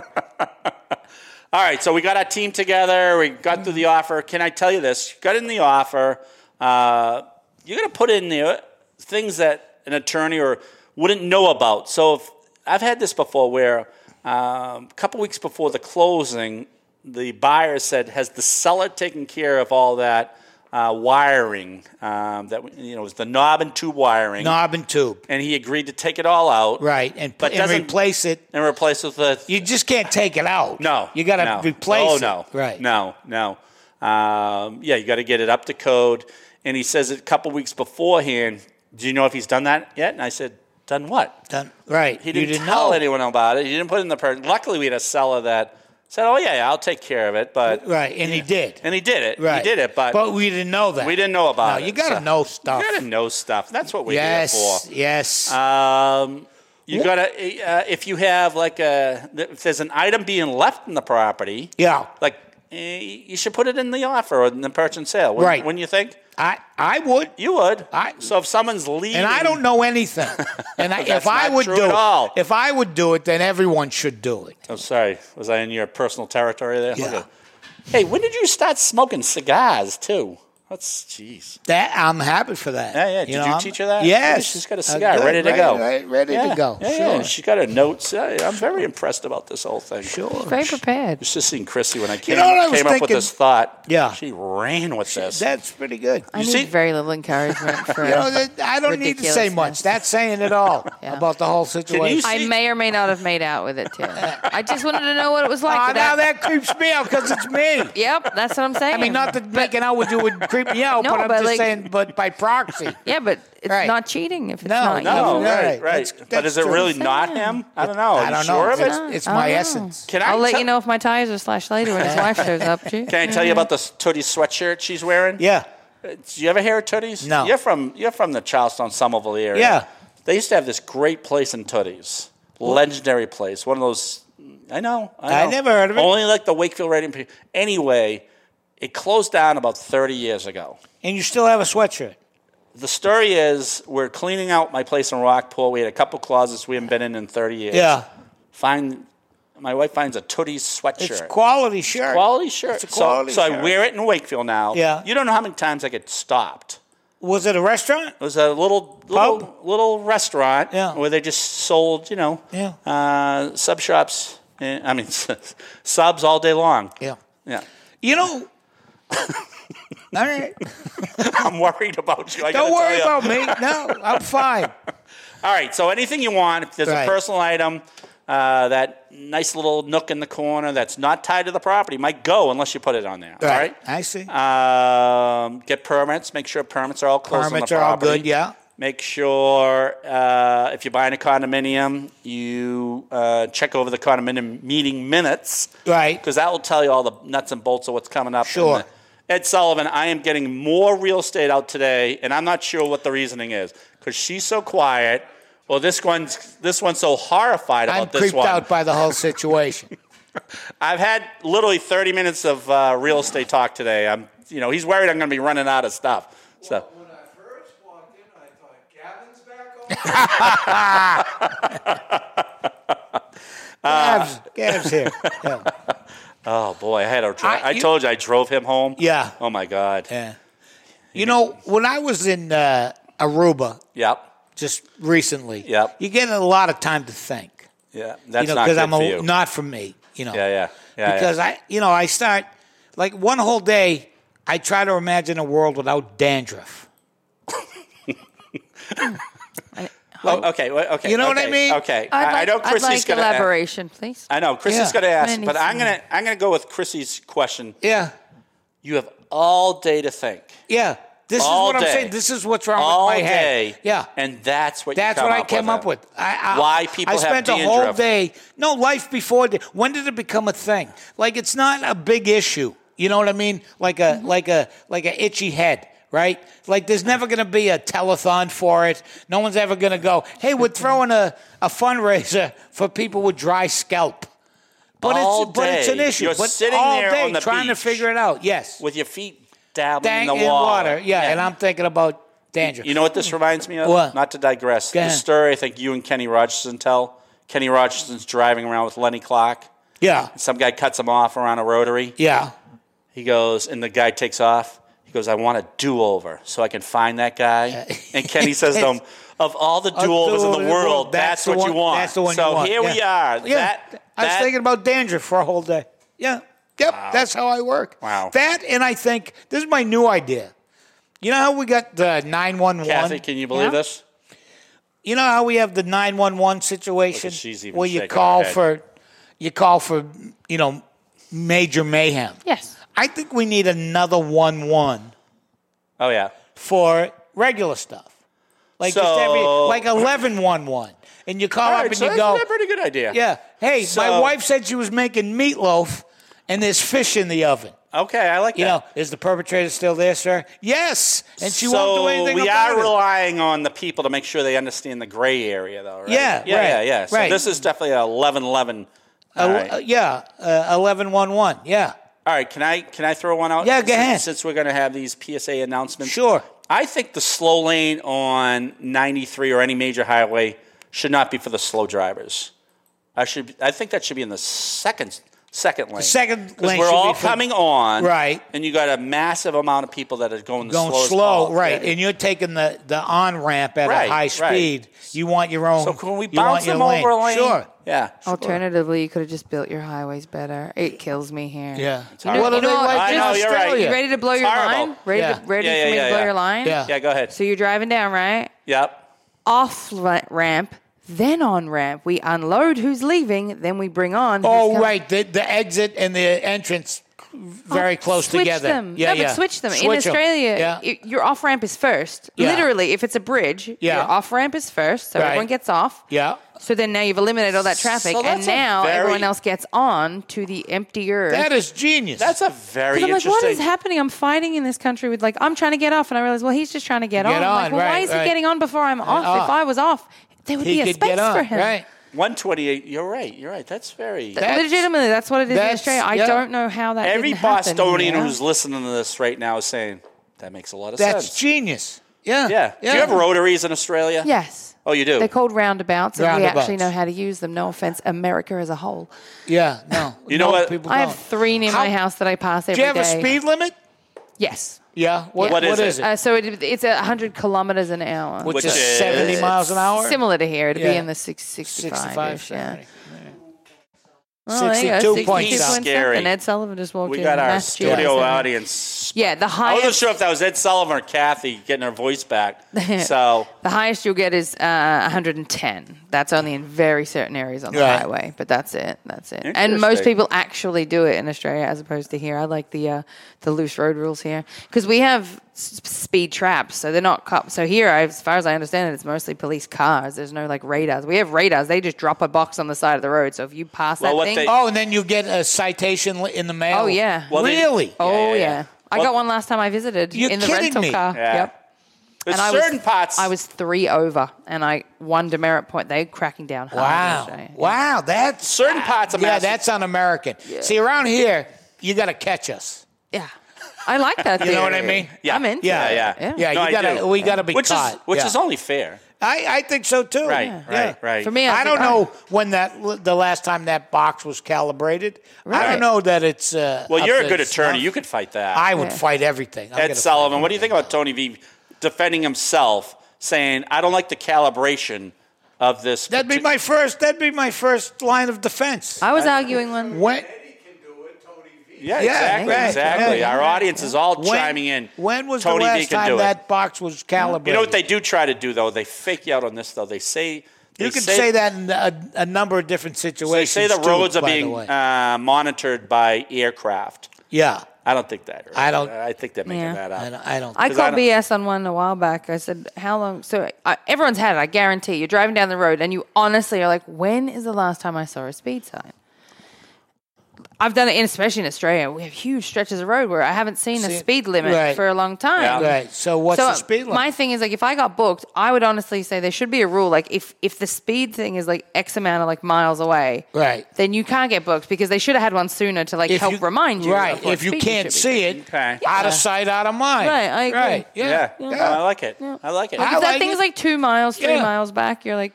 S4: All right, so we got our team together. We got through the offer. Can I tell you this? You got in the offer. Uh, you're going to put in the uh, things that an attorney or wouldn't know about. So if, I've had this before where um, a couple weeks before the closing, the buyer said, "Has the seller taken care of all that uh, wiring um, that you know it was the knob and tube wiring?"
S5: Knob and tube.
S4: And he agreed to take it all out,
S5: Right. And,
S4: But
S5: and
S4: doesn't-
S5: replace it.
S4: And replace it with a
S5: You just can't take it out.
S4: no,
S5: You got to
S4: no.
S5: replace
S4: oh,
S5: it.
S4: no,
S5: Right.
S4: No, no. Um, yeah, you got to get it up to code. And he says it a couple weeks beforehand. Do you know if he's done that yet? And I said, done what?
S5: Done. Right.
S4: He
S5: You
S4: didn't,
S5: didn't
S4: tell
S5: know.
S4: anyone about it. He didn't put it in the person. Luckily, we had a seller that said, "Oh yeah, yeah I'll take care of it." But
S5: Right. And he did.
S4: and he did it.
S5: right.
S4: He did it. But,
S5: we didn't know that.
S4: we didn't know about
S5: no,
S4: it.
S5: You got to
S4: So-
S5: know stuff.
S4: You got to know stuff. That's what we're here
S5: yes.
S4: for.
S5: Yes.
S4: Um, you got to uh, if you have like a if there's an item being left in the property.
S5: yeah.
S4: Like eh, you should put it in the offer or in the purchase and sale. Wouldn't-
S5: Right.
S4: Wouldn't you think?
S5: I I would.
S4: You would.
S5: I-
S4: so if someone's leaving,
S5: and I don't know anything. And I,
S4: That's
S5: if I
S4: not
S5: would
S4: true
S5: do
S4: at all.
S5: it, if I would do it, then everyone should do it.
S4: I'm Oh, sorry. Was I in your personal territory there?
S5: Yeah.
S4: Okay. Hey, when did you start smoking cigars too? That's jeez.
S5: That I'm happy for that.
S4: Yeah, yeah. Did you,
S5: know, I'm-
S4: teach her that?
S5: Yes,
S4: Maybe she's got a
S5: Uh,
S4: cigar
S5: good,
S4: ready to
S5: right,
S4: go.
S5: right, ready
S4: yeah.
S5: to go.
S4: Yeah,
S5: Oh, sure,
S4: yeah. She's got her notes. I- I'm very impressed about this whole thing.
S5: sure.
S6: Very prepared.
S4: It's just seeing Chrissy when I came,
S5: know what I was
S4: came up with
S5: thinking?
S4: this thought.
S5: Yeah.
S4: She ran with this.
S5: That's pretty good.
S6: I
S4: You
S6: need
S4: see-
S6: very little encouragement for.
S5: You know, that- I don't need to say much.
S6: Ridiculousness.
S5: That's saying it all
S6: Yeah.
S5: about the whole situation.
S4: see-
S6: I may or may not have made out with it too. I just wanted to know what it was like.
S5: Oh,
S6: without-
S5: now that creeps me out because it's me.
S6: Yep, that's what I'm saying.
S5: I mean, not that making out with you would creep creep me out,
S6: No,
S5: but I'm
S6: but
S5: just
S6: like-
S5: saying, but by proxy.
S6: Yeah, but it's
S5: Right.
S6: not cheating if it's
S5: No,
S6: not
S4: No,
S6: you.
S5: Yeah,
S4: right, right.
S5: right. That's-
S4: but
S5: that's
S4: is it
S5: true.
S4: really not him? I don't know. Are
S5: I
S4: you
S5: don't
S4: sure
S5: know.
S4: of it?
S5: It's, it's my
S6: I don't
S5: essence.
S4: Can I
S6: I'll let
S4: tell-
S6: you know if my tires are slashed later when his wife shows up. Gee.
S4: Can I tell you about the Tootie sweatshirt she's wearing? Uh,
S5: Yeah.
S4: Do you ever hear of Tooties?
S5: No.
S4: You're from you're from the Charleston Somerville area.
S5: Yeah.
S4: They used to have this great place in Tooties, legendary place. One of those. I know. I,
S5: I
S4: know.
S5: never heard of it.
S4: Only like the Wakefield Radium. pe- Anyway, it closed down about 30 years ago.
S5: And you still have a sweatshirt.
S4: The story is we're cleaning out my place in Rockport. We had a couple closets we haven't been in in 30 years.
S5: Yeah.
S4: Find my wife finds a Tooties sweatshirt.
S5: It's quality shirt.
S4: Quality shirt.
S5: It's a quality
S4: so, so I
S5: shirt.
S4: wear it in Wakefield now.
S5: Yeah.
S4: You don't know how many times I get stopped.
S5: Was it a restaurant?
S4: It was a little little,
S5: Pub?
S4: little restaurant
S5: Yeah.
S4: where they just sold, you know,
S5: Yeah.
S4: uh, sub shops. eh, I mean, subs all day long.
S5: Yeah.
S4: Yeah.
S5: You know. All right.
S4: I'm worried about you. I
S5: Don't
S4: gotta tell
S5: worry
S4: you.
S5: about me. No, I'm fine.
S4: All right. So anything you want, if there's
S5: Right.
S4: a personal item, uh, that nice little nook in the corner that's not tied to the property might go unless you put it on there. All right.
S5: I see.
S4: Um, get permits. Make sure permits are all closed
S5: Permits
S4: on
S5: are
S4: the
S5: all
S4: property.
S5: good, yeah.
S4: Make sure uh, if you're buying a condominium, you uh, check over the condominium meeting minutes.
S5: Right.
S4: Because that will tell you all the nuts and bolts of what's coming up.
S5: Sure.
S4: And, uh, Ed Sullivan, I am getting more real estate out today, and I'm not sure what the reasoning is. Because she's so quiet. Well, this one's this one's so horrified about
S5: I'm
S4: this
S5: creeped
S4: one.
S5: out by the whole situation.
S4: I've had literally 30 minutes of uh, real estate talk today. I'm, you know, he's worried I'm going to be running out of stuff. So,
S7: When I first walked in, I thought Gavin's back on.
S5: Gab's, Gab's here. Yeah.
S4: oh boy, I had a dri-
S5: I-
S4: I,
S5: you-
S4: told you I drove him home.
S5: Yeah.
S4: Oh my God. Yeah.
S5: You know, when I was in uh, Aruba
S4: Yep.
S5: just recently,
S4: Yep.
S5: you get a lot of time to think.
S4: Yeah. That's
S5: you know,
S4: not good
S5: because I'm
S4: for
S5: a,
S4: you.
S5: not for me. You know.
S4: Yeah, yeah. Yeah, yeah.
S5: because I, you know, I start like one whole day. I try to imagine a world without dandruff.
S4: Oh, okay. well, Okay.
S5: You know what I
S4: okay,
S5: mean?
S4: Okay.
S6: I'd like,
S4: I know
S6: I'd
S4: Chrissy's
S6: like
S4: going to
S6: elaboration, please.
S4: I know Chrissy's
S5: Yeah.
S4: going to ask,
S6: need
S4: but I'm
S6: some-
S4: going to I'm going to go with Chrissy's question.
S5: Yeah,
S4: You have all day to think.
S5: yeah. This
S4: All
S5: is what
S4: day.
S5: I'm saying. This is what's wrong
S4: all
S5: with my
S4: day.
S5: head. Yeah,
S4: And that's what
S5: that's
S4: you come
S5: what I
S4: up
S5: came up
S4: huh?
S5: with. I, I,
S4: Why people
S5: I
S4: have
S5: spent a
S4: dandruff.
S5: whole day. No, life before. the- When did it become a thing? Like it's not a big issue. You know what I mean? Like a like a like a itchy head. Right? Like, there's never going to be a telethon for it. No one's ever going to go, hey, we're throwing a, a fundraiser for people with dry scalp. But
S4: All
S5: it's but it's an
S4: day.
S5: issue.
S4: You're
S5: but
S4: sitting
S5: all
S4: there
S5: day
S4: on the
S5: trying
S4: beach.
S5: to figure it out. Yes.
S4: with your feet dabbling
S5: Dang
S4: in
S5: in
S4: the wall.
S5: water. Yeah, and I'm thinking about danger.
S4: You know what this reminds me of?
S5: What?
S4: Not to digress.
S5: Go
S4: The
S5: ahead.
S4: story I think you and Kenny Rogerson tell. Kenny Rogerson's driving around with Lenny Clark.
S5: yeah.
S4: Some guy cuts him off around a rotary.
S5: Yeah.
S4: He goes, and the guy takes off. He goes, I want a do over so I can find that guy. And Kenny says to him, Of all the do overs in the world, that's,
S5: the
S4: what
S5: one-
S4: you want.
S5: That's the one
S4: so
S5: you want.
S4: here we
S5: yeah.
S4: are.
S5: Yeah.
S4: That,
S5: I was
S4: that-
S5: thinking about danger for a whole day. Yeah. Yep. That's how I work.
S4: Wow.
S5: That, and I think this is my new idea. You know how we got the 911?
S4: Kathy, can you believe
S6: Yeah.
S4: this?
S5: You know how we have the 911 situation
S4: Look at she's even
S5: where you
S4: shaking her
S5: call
S4: head.
S5: for you call for, you know, major mayhem.
S6: yes.
S5: I think we need another 1-1
S4: Oh, yeah.
S5: for regular stuff. Like just
S4: So-
S5: every like 11-1-1. And you call
S4: All
S5: up
S4: right,
S5: and
S4: so
S5: you
S4: that's
S5: go,
S4: a pretty good idea.
S5: yeah. Hey, my
S4: So-
S5: wife said she was making meatloaf and there's fish in the oven.
S4: Okay, I like
S5: You
S4: that.
S5: know, is the perpetrator still there, sir? Yes. And she
S4: so
S5: won't do anything
S4: we
S5: about
S4: are
S5: it.
S4: relying on the people to make sure they understand the gray area, though, right?
S5: Yeah,
S4: yeah,
S5: right,
S4: yeah. yeah. So
S5: right.
S4: this is definitely a 11-11. All
S5: Uh,
S4: right.
S5: uh, yeah, uh, 11-1-1. Yeah.
S4: All right, can I can I throw one out?
S5: Yeah, go
S4: Since-
S5: ahead.
S4: Since we're going to have these PSA announcements,
S5: Sure.
S4: I think the slow lane on 93 or any major highway should not be for the slow drivers. I should. I think that should be in the second second lane.
S5: second
S4: 'Cause
S5: lane
S4: We're
S5: should
S4: all
S5: be for-
S4: coming on,
S5: Right.
S4: And you got a massive amount of people that are going the
S5: Going
S4: slowest
S5: slow,
S4: possible.
S5: right.
S4: Yeah.
S5: And you're taking the, the on ramp at
S4: Right,
S5: a high
S4: right.
S5: speed. You want your own.
S4: so can we
S5: you want
S4: bounce
S5: your
S4: them over a lane?
S5: Sure.
S4: Yeah.
S6: Alternatively, you could have just built your highways better. It kills me here.
S5: Yeah.
S6: You know,
S5: What
S6: you
S5: do they
S6: know,
S5: like
S4: I
S5: in
S4: know, you're right.
S5: Australia?
S6: You ready to blow your
S4: Horrible.
S6: line? Ready,
S5: Yeah.
S6: to, ready
S4: Yeah, yeah,
S6: for me
S4: yeah,
S6: to blow
S4: yeah.
S6: your line?
S5: Yeah.
S4: Yeah. Go ahead.
S6: So you're driving down, right?
S4: yep.
S6: Off la- ramp, then on ramp. We unload who's leaving, then we bring on. who's
S5: Oh,
S6: coming.
S5: right. The, the exit and the entrance very close
S6: Oh, switch
S5: together.
S6: Them.
S5: Yeah,
S6: no,
S5: yeah.
S6: but switch them. In
S5: 'em.
S6: Australia,
S5: Yeah.
S6: y- your off ramp is first.
S5: Yeah.
S6: Literally, if it's a bridge,
S5: Yeah.
S6: your off ramp is first, so
S5: Right.
S6: everyone gets off.
S5: yeah.
S6: So then now you've eliminated all that traffic,
S4: So
S6: and
S4: that's a
S6: now
S4: very-
S6: everyone else gets on to the emptier.
S5: That is genius.
S4: That's a very
S6: Because I'm like,
S4: interesting.
S6: what is happening? I'm fighting in this country with like, I'm trying to get off, and I realize, well, he's just trying to get,
S5: Get
S6: on. I'm
S5: on,
S6: like, well, why
S5: right,
S6: is
S5: right.
S6: he getting on before I'm off?
S5: off.
S6: If I was off, there would
S5: he
S6: be a
S5: could
S6: space
S5: get on,
S6: for him.
S5: right?
S4: 128. You're right. You're right. That's very.
S5: That's-
S6: Legitimately, that's what it is in
S5: that's-
S6: Australia. I
S5: yeah.
S6: don't know how that.
S4: every
S6: didn't happen
S4: Bostonian
S6: here.
S4: who's listening to this right now is saying that makes a lot of
S5: That's
S4: sense.
S5: genius. Yeah.
S4: yeah. Do you have rotaries in Australia?
S6: Yes.
S4: Oh, you do?
S6: They're called roundabouts, and we actually
S5: Roundabouts.
S6: know how to use them. No offense, America as a whole.
S5: Yeah. No.
S4: You know
S5: No,
S4: what?
S5: People
S6: I
S5: don't.
S6: have three near my
S5: How-
S6: house that I pass every
S5: Do
S6: day.
S5: you have a speed limit?
S6: Yes.
S5: Yeah. What,
S4: What is
S5: what is
S4: it?
S5: it?
S6: Uh, so it, it's a 100 kilometers an hour.
S5: Which,
S4: Which
S5: is,
S4: is-
S5: 70 miles an hour?
S6: Similar to here. It'd be
S5: Yeah.
S6: in the six, 65
S5: 65,
S6: ish. Yeah.
S5: 70.
S6: Well, Oh, there you go,
S5: 62 point
S6: 62
S5: something.
S4: Scary.
S6: And Ed Sullivan just walked
S4: We
S6: in.
S4: got our
S6: Mass Jew.
S4: studio
S6: Yeah.
S4: audience.
S6: Yeah,
S4: I
S6: the
S4: wasn't
S6: highest,
S4: sure if that was Ed Sullivan or Kathy getting her voice back. So
S6: the highest you'll get is uh, 110. That's only in very certain areas on the
S5: Right.
S6: highway, but that's it. That's it. And most
S4: Interesting.
S6: people actually do it in Australia as opposed to here. I like the uh, the loose road rules here because we have s- speed traps, so they're not cops. So here, I- as far as I understand it, it's mostly police cars. There's no like radars. We have radars. They just drop a box on the side of the road. So if you pass
S4: Well,
S6: that
S4: what
S6: thing,
S4: they-
S5: Oh, and then you get a citation li- in the mail.
S6: Oh, yeah. Well,
S4: they-
S5: really?
S6: oh yeah.
S4: yeah, yeah.
S6: I
S4: Well-
S6: got one last time I visited
S5: You're
S6: in the
S5: kidding
S6: rental
S5: me.
S6: car.
S4: Yeah.
S6: Yep.
S4: there's
S6: I
S4: certain
S6: was,
S4: parts.
S6: I was three over, and I one demerit point. They're cracking down hard. in
S5: Wow.
S6: Australia.
S5: Wow. That's
S4: certain parts of
S5: yeah.
S4: Massachusetts-
S5: That's un-American. See, around here, you got to catch us.
S6: Yeah, I like that.
S5: You know what I
S6: theory.
S5: mean?
S4: Yeah.
S6: I'm into
S5: Yeah,
S6: it.
S4: yeah.
S5: Yeah.
S4: No,
S5: you
S4: I
S5: gotta.
S4: do.
S5: We got to be
S4: which
S5: caught.
S4: is which
S5: yeah.
S4: is only fair.
S5: I, I think so too.
S4: Right,
S5: Yeah.
S4: right, right.
S6: For me, I,
S5: I don't
S6: think-
S5: know when that the last time that box was calibrated. I
S6: Right.
S5: don't know that it's. Uh,
S4: Well,
S5: up
S4: you're a
S5: to
S4: good attorney.
S5: snuff.
S4: You could fight that.
S5: I would
S6: Yeah.
S5: fight everything. I'm
S4: Ed
S5: gonna
S4: Sullivan.
S5: fight
S4: What do you think about Tony V defending himself, saying, "I don't like the calibration of this"?
S5: That'd be
S4: parti-
S5: my first. That'd be my first line of defense.
S6: I was arguing one.
S5: when
S7: Eddie can do it, Tony V.
S4: Yeah,
S5: Yeah,
S4: exactly,
S5: right,
S4: exactly.
S5: right,
S4: Our
S5: right.
S4: audience is all
S5: when,
S4: chiming in.
S5: When was
S4: Tony
S5: the
S4: V
S5: last
S4: can
S5: time
S4: do
S5: that
S4: it.
S5: box was calibrated?
S4: You know what they do try to do though? They fake you out on this though. They say they
S5: You can say, that in a, a number of different
S4: They
S5: situations.
S4: say the
S5: too,
S4: roads are
S5: by the
S4: being
S5: way.
S4: uh, monitored by aircraft.
S5: yeah.
S4: I don't think that.
S5: I don't-
S4: I think they're making
S6: Yeah.
S4: that up.
S5: I don't. I don't
S6: I
S4: 'Cause I
S6: called
S4: don't-
S6: BS on one a while back. I said, "How long?" So I, everyone's had it. I guarantee. You're driving down the road, and you honestly are like, "When is the last time I saw a speed sign?" I've done it, in, especially in Australia. We have huge stretches of road where I haven't seen a
S5: See,
S6: speed limit
S5: right.
S6: for a long time.
S4: Yeah.
S5: Right. So what's
S6: so
S5: the speed limit?
S6: My thing is like if I got booked, I would honestly say there should be a rule like if if the speed thing is like X amount of like miles away,
S5: Right.
S6: Then you can't get booked because they should have had one sooner to like
S5: If
S6: help
S5: you-
S6: remind you.
S5: Right.
S6: of what
S5: If you
S6: speed
S5: can't
S6: should be
S5: see it,
S6: doing.
S4: Okay.
S5: out
S6: Yeah.
S5: of sight, out of mind.
S6: Right, I agree.
S5: Right. Yeah.
S4: yeah.
S5: Yeah.
S4: I like it. I like it.
S5: I
S6: if that
S5: like
S6: thing's
S5: it.
S6: like two miles, three
S5: Yeah.
S6: miles back, you're like,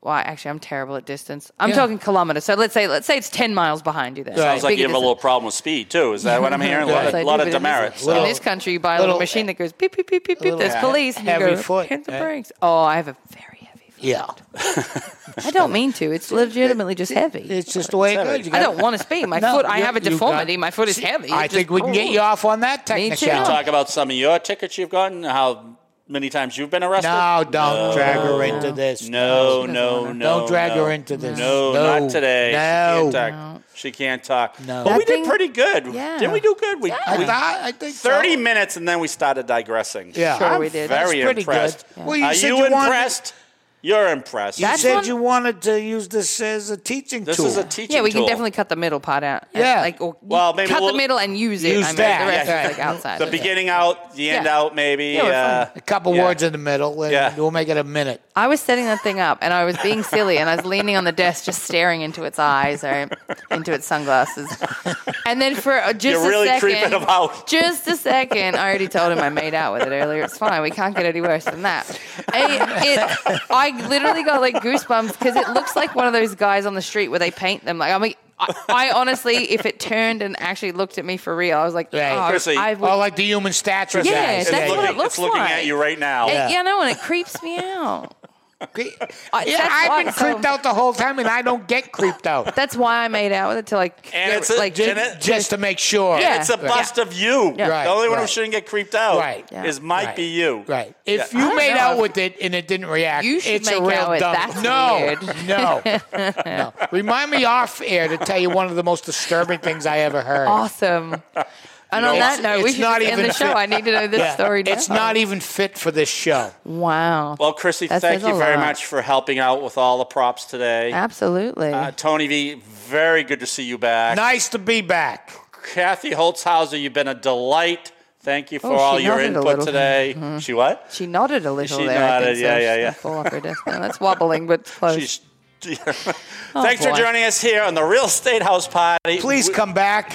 S6: well, actually, I'm terrible at distance. I'm
S5: Yeah.
S6: talking kilometers. So let's say let's say it's ten miles behind you. Then
S5: Sounds
S4: Sounds like
S6: Bigger
S4: you have a little
S6: distance.
S4: problem with speed too. Is that what I'm hearing? A lot
S5: Yes,
S4: of,
S5: I
S6: do,
S4: lot
S6: but
S4: of
S6: in this-
S4: demerits.
S6: in
S5: Little-
S6: this country, you buy a little,
S5: little-
S6: machine that goes beep beep beep beep beep. There's
S5: little
S6: police. And you
S5: heavy
S6: go,
S5: foot,
S6: Hit the
S5: eh?
S6: brakes. Oh, I have a very heavy. foot.
S5: Yeah.
S6: I don't mean to. It's legitimately just heavy.
S5: It's just the way it goes. You
S6: I
S5: gotta-
S6: don't want to speed. My
S5: No,
S6: foot. I
S5: you-
S6: have a
S5: you got-
S6: deformity. My foot is heavy.
S5: I
S6: It
S5: think
S6: just-
S5: we can get you off on that
S6: Me too.
S5: technicality.
S4: Talk about some of your tickets you've gotten. How many times you've been arrested?
S5: No, don't drag her into
S4: No,
S5: this.
S6: She doesn't
S4: no,
S6: wanna-
S4: no.
S5: Don't drag
S4: no.
S5: her into this.
S4: No,
S5: No.
S4: not today.
S5: No.
S4: She can't talk. She can't talk.
S5: No.
S4: But
S5: That
S4: we
S6: thing-
S4: did pretty good.
S6: Yeah.
S4: Didn't we do good? We,
S5: I,
S4: we-
S5: th- I think so.
S4: 30 minutes and then we started digressing.
S5: Yeah.
S6: Sure,
S4: I'm
S6: we did. That's
S4: Very
S5: pretty
S4: impressed.
S5: good. Yeah. Well, you
S4: Are
S5: said
S4: you,
S5: you wanted-
S4: impressed? You're impressed.
S5: You
S6: That's
S5: said
S6: one-
S5: you wanted to use this as a teaching
S4: this
S5: tool.
S4: is a teaching
S6: Yeah, we can
S4: tool.
S6: definitely cut the middle part out.
S5: Yeah.
S6: like or
S4: Well, maybe a
S6: cut the
S4: little-
S6: middle and use it.
S5: Use
S6: I mean,
S5: that.
S6: the rest
S5: Yeah.
S6: is like outside.
S4: The
S6: of it.
S4: beginning out, the end
S6: Yeah.
S4: out, maybe.
S6: Yeah, we're
S4: uh,
S5: a couple
S4: yeah.
S5: words in the middle, and
S4: Yeah.
S5: we'll make it a minute.
S6: I was setting that thing up and I was being silly and I was leaning on the desk just staring into its eyes or into its sunglasses. And then for uh, just
S4: You're
S6: a
S4: really
S6: second,
S4: creeping them out.
S6: just a second, I already told him I made out with it earlier. It's fine. We can't get any worse than that. I, it, I literally got like goosebumps because it looks like one of those guys on the street where they paint them. Like I'm like, I, I honestly, if it turned and actually looked at me for real, I was like,
S5: Right.
S6: oh,
S4: Chrissy,
S6: I
S5: Oh,
S6: would.
S5: like the human statue.
S6: Yeah,
S5: guys.
S4: it's
S6: that's
S4: looking,
S6: what it looks
S4: it's looking
S6: like.
S4: at you right now.
S6: Yeah, no, and it creeps me out.
S5: Cre-
S6: I-
S5: yeah,
S6: Uh, that's
S5: I've been
S6: what- so-
S5: creeped out the whole time, and I don't get creeped out.
S6: That's why I made out with it to like,
S4: And
S6: get-
S4: it's a-
S6: like
S4: and
S5: Ju- just to make sure.
S6: Yeah.
S4: It's a
S6: Right.
S4: bust of you.
S5: Right,
S4: the only one who
S5: right.
S4: shouldn't get creeped out
S5: Right.
S6: Yeah.
S4: is might
S5: Right.
S4: be you.
S5: Right. If
S4: Yeah.
S5: you made
S6: know
S5: out
S6: if-
S5: with it and it didn't react,
S6: You should
S5: it's a
S6: make
S5: real
S6: out with-
S5: dumb.
S6: that's
S5: no,
S6: weird.
S5: no, no. Remind me off air to tell you one of the most disturbing things I ever heard.
S6: awesome. And on
S5: It's-
S6: that note, we
S5: it's
S6: should
S5: not
S6: just end
S5: even
S6: the show.
S5: fit.
S6: I need to know this
S5: Yeah.
S6: story now.
S5: It's not even fit for this show.
S6: Wow.
S4: Well, Chrissy,
S6: That
S4: thank
S6: says
S4: you
S6: a
S4: very
S6: lot.
S4: much for helping out with all the props today.
S6: Absolutely.
S4: Uh, Tony V, very good to see you back.
S5: Nice to be back.
S4: Kathy Holzhauser, you've been a delight. Thank you for
S6: Oh, she
S4: all your
S6: nodded a
S4: input
S6: little.
S4: today. She what?
S6: she Mm-hmm. nodded a little
S4: She
S6: there. I
S4: nodded,
S6: think,
S4: yeah, yeah,
S6: so she's
S4: yeah.
S6: gonna Fall off her desk now. That's wobbling, but it's close.
S4: She's, Thanks for
S6: Oh, boy.
S4: joining us here on the Real Estate House Party.
S5: Please
S4: we,
S5: come back.